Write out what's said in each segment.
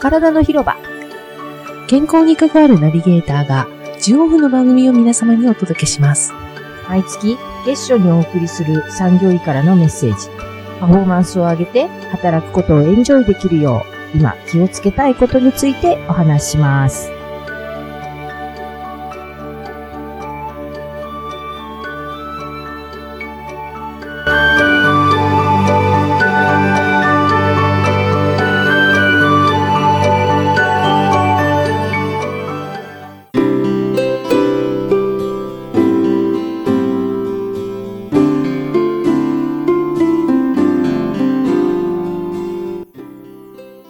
体の広場健康に関わるナビゲーターが15分の番組を皆様にお届けします。毎月月初にお送りする産業医からのメッセージパフォーマンスを上げて働くことをエンジョイできるよう今気をつけたいことについてお話しします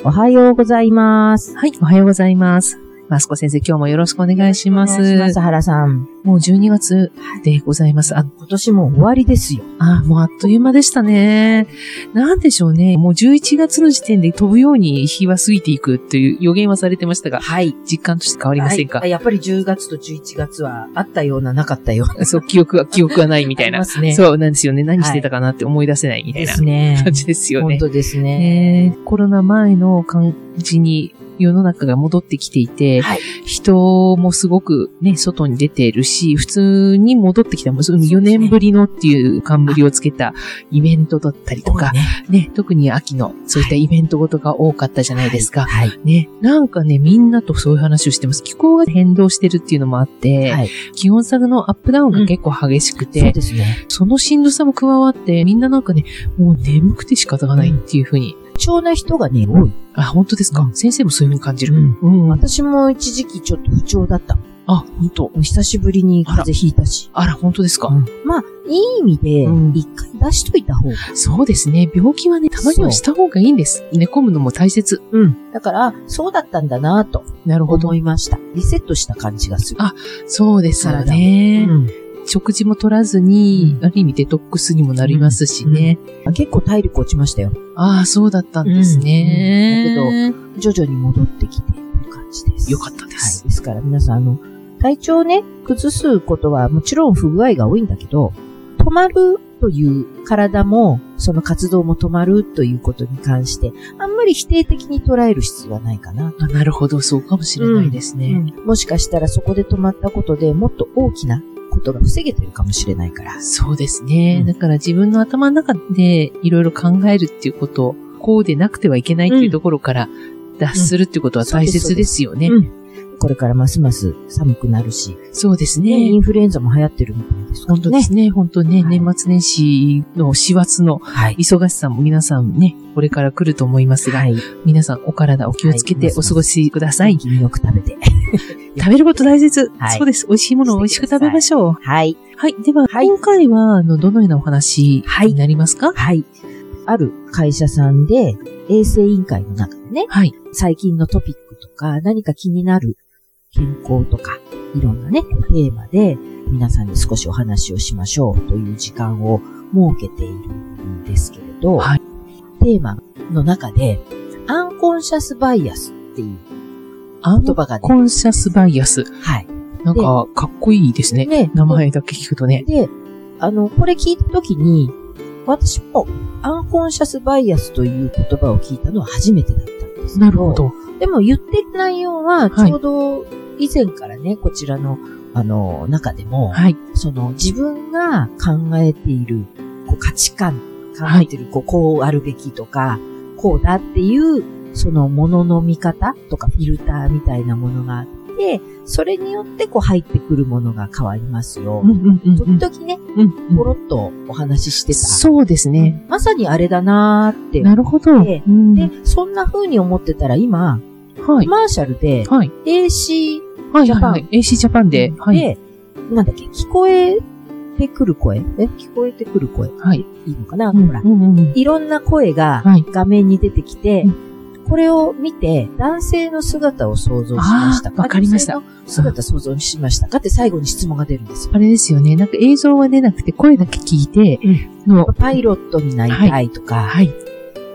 おはようございますはい、おはようございます。マスコ先生、今日もよろしくお願いします。お願いします原さんもう12月でございます。あ、今年も終わりですよあ、もうあっという間でしたね。なんでしょうね。もう11月の時点で飛ぶように日は過ぎていくという予言はされてましたが、はい実感として変わりませんか、はいやっぱり10月と11月はあったような、なかったような。そう、記憶は、記憶はないみたいありなま。すね。うそうなんですよね。何してたかなって思い出せないみたいでなすね。感じですよね本。当ですね。ねコロナ前の感じに世の中が戻ってきていて、はい人もすごくね、外に出ているし、普通に戻ってきた、もううですね4年ぶりのっていう冠をつけたイベントだったりとか、ね、特に秋のそういったイベントごとが多かったじゃないですか。はい。ね、なんかね、みんなとそういう話をしてます。気候が変動してるっていうのもあって、はい気温差のアップダウンが結構激しくて、そうですね。そのしんどさも加わって、みんななんかね、もう眠くて仕方がないっていうふうに貴重な人がね、多い。あ、本当ですか、うん先生もそういう風に感じる。うんうん私も一時期ちょっと不調だった。あ、本当。久しぶりに風邪ひいたし。あら、本当ですか、うんまあ、いい意味でうん、一回出しといた方が。そうですね。病気はね、たまにはした方がいいんです。寝込むのも大切。だから、そうだったんだなぁとなるほど。思いました。リセットした感じがする。あそうですよね、うん食事も取らずに、ある意味デトックスにもなりますしね。結構体力落ちましたよ。ああ、そうだったんですね。うんだけ徐々に戻ってきている感じです。よかったですはい。ですから皆さん、あの、体調をね、崩すことはもちろん不具合が多いんだけど、止まるという体も、その活動も止まるということに関して、あんまり否定的に捉える必要はないかな。ど、あなるほど、そうかもしれないですね。もしかしたらそこで止まったことでもっと大きなことが防げてるかもしれないから。そうですね、うんだから自分の頭の中でいろいろ考えるっていうこと、こうでなくてはいけないっていうところから脱するっていうことは大切ですよね。うんこれからますます寒くなるし、そうですね、イね。ンフルエンザも流行ってるみたいですから本当ですね。本当ね、はい年末年始の師走のはい。忙しさも皆さんね、これから来ると思いますが、はい。皆さんお体お気をつけてはいお過ごしください。元気によく食べて。食べること大切、はいそうです。美味しいものを美味しく食べましょう。はい。はい。では、はい今回は、あの、どのようなお話はいになりますかはい。ある会社さんで、衛生委員会の中でね、はい。最近のトピックとか、何か気になる健康とか、いろんなね、テーマで、皆さんに少しお話をしましょうという時間を設けているんですけれど、はいテーマの中で、アンコンシャスバイアスっていうアン言葉がコね、ンシャスバイアス。はい。なんか、かっこいいですね。ね名前だけ聞くとね。で、あの、これ聞いたときに、私もアンコンシャスバイアスという言葉を聞いたのは初めてだったんですけど。なるほ。ど。でも言ってる内容は、はいちょうど以前からね、こちらの、あの、中でも、はい。その自分が考えているこう価値観、考えているこうこうあるべきとか、こうだっていう、そのものの見方とかフィルターみたいなものがあって、それによってこう入ってくるものが変わりますよ。うんうんうんうん時々ね、うんポうんロっとお話ししてた。そうですね。まさにあれだなーって。なるほど。でうんで、そんな風に思ってたら今、はい。マーシャルではい。 AC はい、ジャパンはい、はい。AC ジャパンで。はい。で、なんだっけ、聞こえてくる声え聞こえてくる声はい。いいのかな、うんほらう。んうんいろんな声がはい。画面に出てきて、うこれを見て男性の姿を想像しましたあーわかりました。女性の姿想像しましたかって最後に質問が出るんですよ。あれですよね。なんか映像は出なくて、声だけ聞いて、の、パイロットになりたいとか、はい。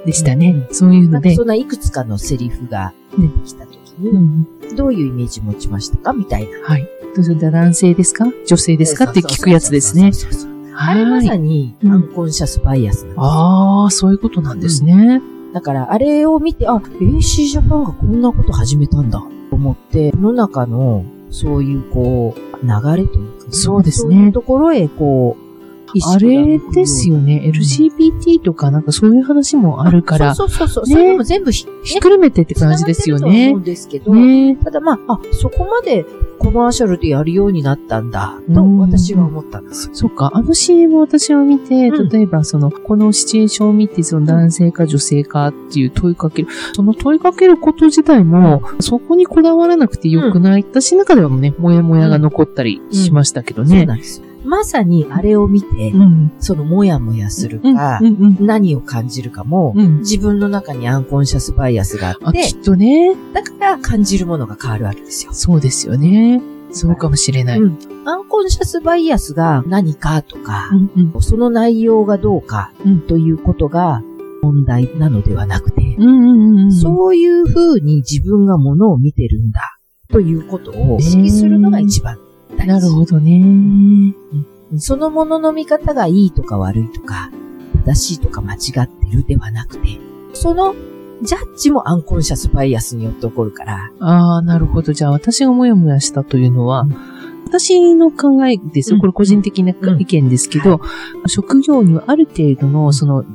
でしたね。そういうなのんかで。そんないくつかのセリフが出てきたときうんうに、んどういうイメージ持ちましたかみたいな。はい。どうするんだ男性ですか女性ですかって聞くやつですね。そうそうそうそう。あれまはさい。に、うんアンコンシャスバイアスなんですよああ、そういうことなんですね。だだから、あれを見て、あ、AC ジャパンがこんなこと始めたんだ、と思って、世の中の、そういう、こう、流れというか、そうですねそういうところへ、こう、意あがれ向くですよよね。LGBT とかなんかそういう話もあるうにから、そうそうそうそう。ねそれでも全部ひ、ひっくるめてって感じですよ繋がってるとはね思う。んですけど、ねただまあ、あ、そこまでコマーシャルでやるようになったんだ、うとん私は思ったんですよ。そっか、あの CM を私は見て、うん例えばその、このシチュエーションを見て、その男性か女性かっていう問いかける、その問いかけること自体も、そこにこだわらなくてよくない。私の中ではね、もやもやが残ったりしましたけどそうね。なんですよ。まさにあれを見て、うん。そのもやもやするうん。か、うん。何を感じるかも、うん。自分の中にアンコンシャスバイアスがあっあ、てき、っとね、だから感じるものが変わるわけですよ。そうですよね。そうかもしれない。うんアンコンシャスバイアスが何かとか、ん。その内容がどうかうんということが問題なのではなくて、うん。うん。うん。そういう風に自分がものを見てるんだということを意識するのが一番大事。なるほどね。そのものの見方がいいとか悪いとか、正しいとか間違ってるではなくて、そのジャッジもアンコンシャスバイアスによって起こるから、ああ、なるほど。じゃあ私がもやもやしたというのは、うん私の考えですうよ。んこれ個人的なうん意見ですけど、職業にはある程度の、その、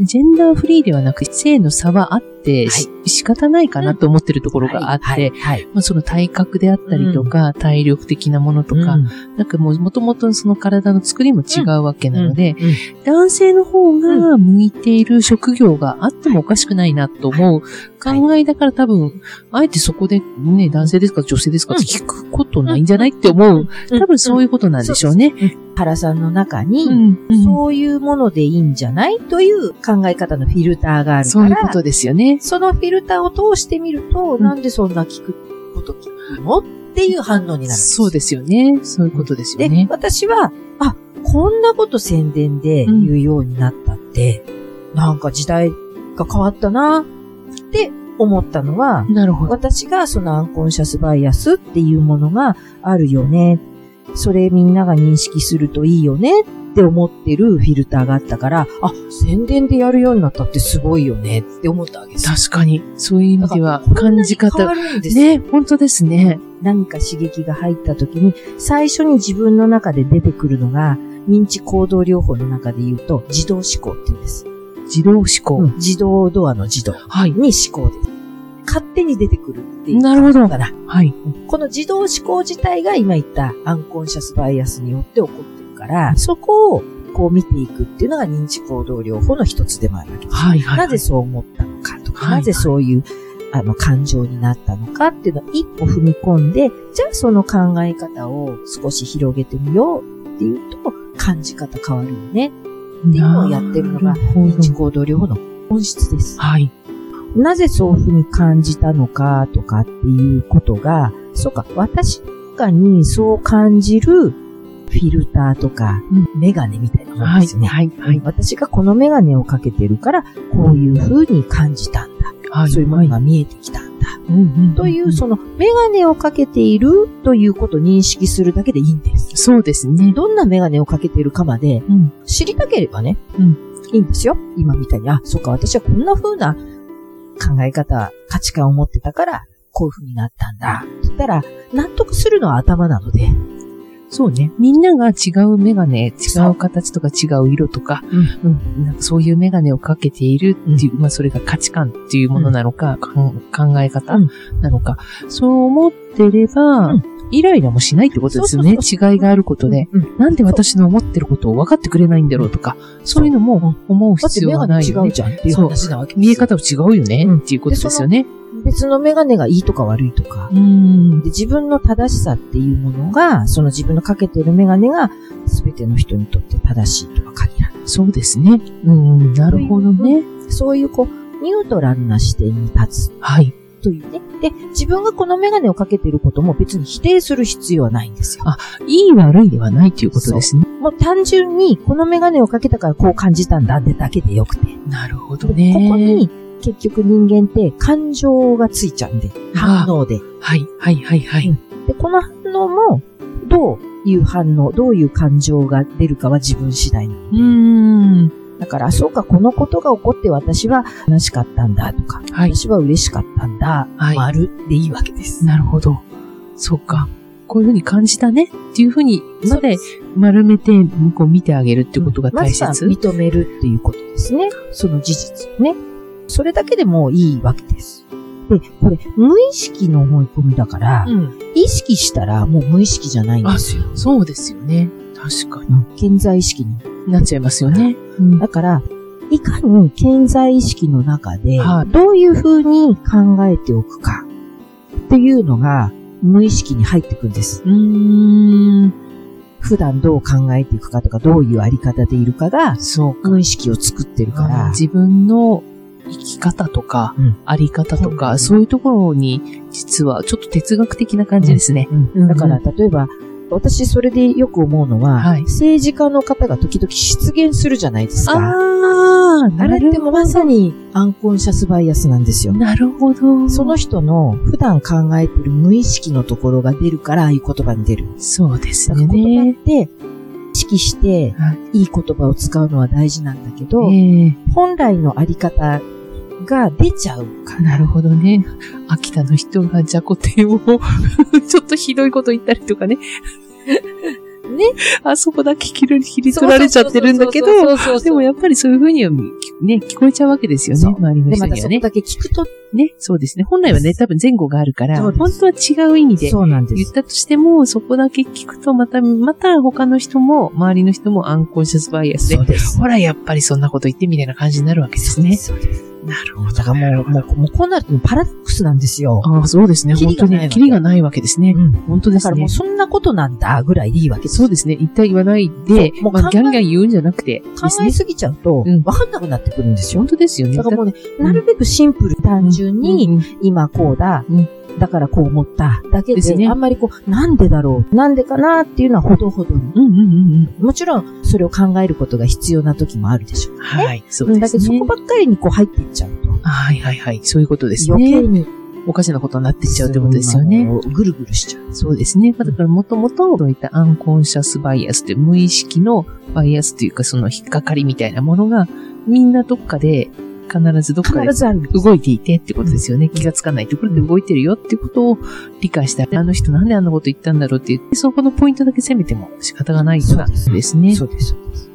ジェンダーフリーではなく、性の差はあって、し仕方ないかなと思ってるところがあって、はいはいまあ、その体格であったりとか、体力的なものとか、うんなんかもう元々その体の作りも違うわけなので、うんうん男性の方が向いている職業があってもおかしくないなと思うはい考えだから多分、あえてそこでね、男性ですか女性ですかって聞くことないんじゃないって思う。多分そういいうことなんでしょうね。うん原さんの中に、うんうんそういうものでいいんじゃないという考え方のフィルターがあるそうかいうこら、とですよね。そのフィルターを通してみると、んなんでそんな聞くこと聞くのっていう反応になるんです。そうですよね。そういうことですよで、ね。私は、あ、こんなこと宣伝で言うようになったって、なんか時代が変わったなって思ったのは、なるほど。私がそのアンコンシャスバイアスっていうものがあるよね。それみんなが認識するといいよねって思ってるフィルターがあったから、あ、宣伝でやるようになったってすごいよねって思ったわけですよ。確かに、そういう意味では感じこんな方。に変わるんですよね、本当ですね。何か刺激が入った時に、最初に自分の中で出てくるのが、認知行動療法の中で言うと、自動思考って言うんです。自動思考。自動ドアの自動はい。に思考です。勝手に出てくるっていう。なるほどかな。はい。この自動思考自体が今言ったアンコンシャスバイアスによって起こってるから、そこをこう見ていくっていうのが認知行動療法の一つでもあるわけです。はい。はい。なぜそう思ったのかとか、はいなぜそういう、あの、感情になったのかっていうのを一歩踏み込んで、じゃあその考え方を少し広げてみようっていうと、感じ方変わるよね。っていうのをやってるのがなるほ認知ど。行動療法の本質です。はい。なぜそういうふうに感じたのかとかっていうことが、そうか、私の中にそう感じるフィルターとか、メガネみたいなものはでい。すよね。はい。はい。私がこのメガネをかけてるから、こういう風に感じたんだ。はい。そういうものが見えてきたんだ。うんという、そその、メガネをかけているということを認識するだけでいいんです。うですね。どんなメガネをかけているかまでうん、知りたければね、うんいいんですよ。今みたいに、あ、そっか、私はこんな風な考え方、価値観を持ってたから、こういう風になったんだ。って言ったら、納得するのは頭なので、そうね。みんなが違うメガネ、違う形とか違う色とか、うんなんかそういうメガネをかけているっていう、まあそれが価値観っていうものなのか、かん考え方うんなのか、そう思ってれば、うんイライラもしないってことですよね。そう違いがあることで。うんなんで私の思ってることを分かってくれないんだろうとか、そういうのも思うだって必メ要ガはネない違ようね。じゃんっていう話なわけですよ見え方も違うよね、うんっていうことですよね。別のメガネがいいとか悪いとか、うんで、自分の正しさっていうものが、その自分のかけてるメガネが、すべての人にとって正しいとは限らない。そうですね。うん、なるほどね。そういう、こう、ニュートラルな視点に立つはい。というね。で、自分がこのメガネをかけてることも別に否定する必要はないんですよ。あいい悪いではないということですね。もう単純に、このメガネをかけたからこう感じたんだってだけでよくて。なるほどでね。ここに、結局人間って感情がついちゃうんで、あ反応で。はい、はい、はい、はい。で、この反応も、どういう反応、どういう感情が出るかは自分次第なのでうーん。だから、あそうか、このことが起こって私は悲しかったんだとか、はい。私は嬉しかったんだ、はい丸でいいわけです。なるほど。そうか。こういうふうに感じたねっていうふうにまで丸めて、向こう見てあげるってことが大まず切。は認めるっていうことですね。その事実をね。それだけでもういいわけです。で、これ、無意識の思い込みだから、うん。意識したらもう無意識じゃないんであ、すよ。そうですよね。確かうん健在意識に。になっちゃいますよね。うんだから、いかに健在意識の中では、どういうふうに考えておくか、っていうのが、無意識に入ってくるんです。うーん。普段どう考えていくかとか、どういうあり方でいるかが、そうか。無意識を作ってるから、自分の生き方とか、うんあり方とか、うんそういうところに、実はちょっと哲学的な感じですね。うんだから、例えば、私、それでよく思うのは、はい政治家の方が時々失言するじゃないですか。あー、あれなってるまさに、アンコンシャスバイアスなんですよ。なるほど。その人の普段考えてる無意識のところが出るから、ああいう言葉に出る。そうですだからよ言葉っね。て、意識してはい、いい言葉を使うのは大事なんだけえど、え本来のあり方が出ちゃうから。なるほどね。秋田の人がじゃこ天を、 ちょっとひどいこと言ったりとかね。ね。あそこだけ切り切り取られちゃってるんだけど、そうそうそうそうそうそうでもやっぱりそういうふうにはね、聞こえちゃうわけですよね。そう周りので、人またにそはこね。だけ聞くと、ね、そうですね。本来はね、多分前後があるから、そう本です当は違う意味でそうなんで言っす。たとしても、そこだけ聞くと、また、また他の人も、周りの人もアンコンシャスバイアスでそう、です。ほら、やっぱりそんなこと言ってみたいな感じになるわけですね。そうです。なるだからもう、もう、もうこうなるとパラドックスなんですよ。ああ、そうですね。キ本リ当がないわに、けキリがないわけですね。うん本当でだかすらもねう。そんなことなんだぐらいでいいわけです。そうですね。一体言わないでそう、もうまあ、考えギャンギャン言うんじゃなくて、考ですえね。すぎちゃうとうん、わかんなくなってくるんですよ。本当ですよね。だからもうね、うんなるべくシンプル、単純に、うん、今こうだ、うんだからこう思った、だけでですねあんまりこう、なんでだろう、なんでかなっていうのはほどほどに。うん、うんうんもちろん、それを考えることが必要な時もあるでしょううん。。はい。そううんでだけすど、そねこ。ばっかりにこう入っていっちゃうと、はいはいはい。そういうことです余計ね。に、おかしなことになってっちゃうってことですよね。。ぐるぐるしちゃう。そうですね。まあだから、もともと、そういったアンコンシャスバイアスという無意識のバイアスというか、その引っかかりみたいなものが、みんなどっかで、必ずどっかで必ずある。動いていてってことですよね。気がつかないところで動いてるよってことを理解したら、あの人なんであんなこと言ったんだろうって言って、そこのポイントだけ責めても仕方がないからそうですですね。そうです、そうです。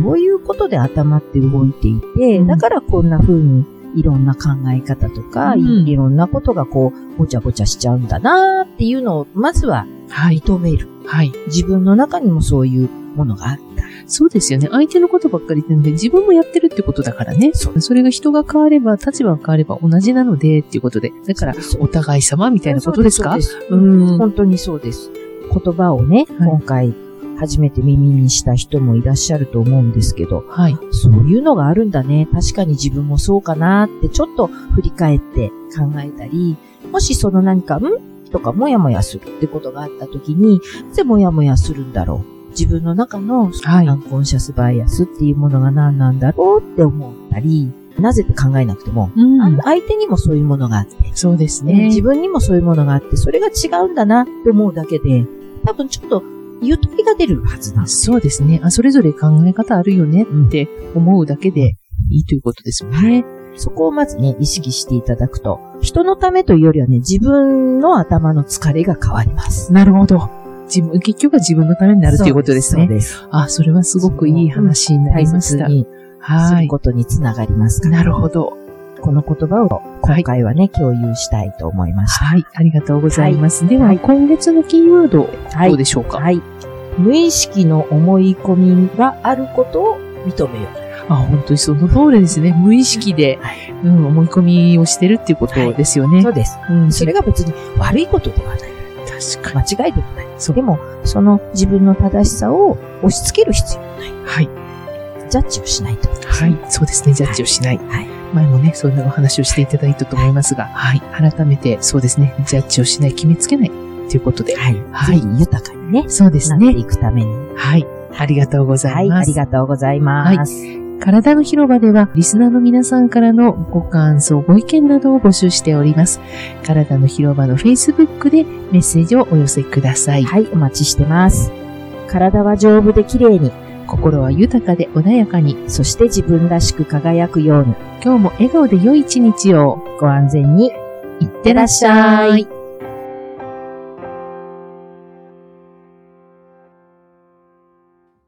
そういうことで頭って動いていて、うんだからこんな風にいろんな考え方とか、うんいろんなことがこう、ごちゃごちゃしちゃうんだなーっていうのを、まずははい。認める。はい。自分の中にもそういうものがあるんだ。そうですよね。相手のことばっかり言ってるんで、自分もやってるってことだからね。それが人が変われば、立場が変われば同じなのでっていうことで。だから、お互い様みたいなことですかそうそううん本当にそうです。言葉をね、はい今回初めて耳にした人もいらっしゃると思うんですけど、はい。そういうのがあるんだね。確かに自分もそうかなってちょっと振り返って考えたり、もしその何か、んとかもやもやするってことがあった時に、なぜもやもやするんだろう。自分の中のはいアンコンシャスバイアスっていうものが何なんだろうって思ったり、なぜって考えなくても、うあんの。相手にもそういうものがあって、そうですねね自。分にもそういうものがあって、それが違うんだなって思うだけで、多分ちょっとゆとりが出るはずなんです。そうですね。あ、それぞれ考え方あるよねって思うだけでいいということですもんね。そこをまずね、意識していただくと、人のためというよりはね、自分の頭の疲れが変わります。なるほど。自分、結局は自分のためになるということですね。そうです。そうあ、それはすごくいい話になりですま大切した。にすはるい。ことにつながりますからなるほど。この言葉を今回はね、共有したいと思いました。はい。ありがとうございます。では、はい今月のキーワード、はどうでしょうか、はい。無意識の思い込みがあることを認めよう。あ、本当にその通りですね。無意識で、はいうん、思い込みをしてるっていうことですよね。そうです。うん、それが別に悪いことではない。確かに。間違いではない。そうでも、その自分の正しさを押し付ける必要はない。はい。ジャッジをしないと。はい。そうですね。ジャッジをしない。はい。前もね、そんなお話をしていただいたと思いますが、はい。改めて、そうですね。ジャッジをしない、決めつけない、ということで。はい。はいぜひ豊かにね、そうですなってね。いくために。はい。ありがとうござはいい。あます。りがとうございます。体の広場では、リスナーの皆さんからのご感想、ご意見などを募集しております。体の広場の Facebook でメッセージをお寄せください。はい。お待ちしてます。体は丈夫で綺麗に。心は豊かで穏やかに、そして自分らしく輝くように、今日も笑顔で良い一日を。ご安全に、いっいってらっしゃい。。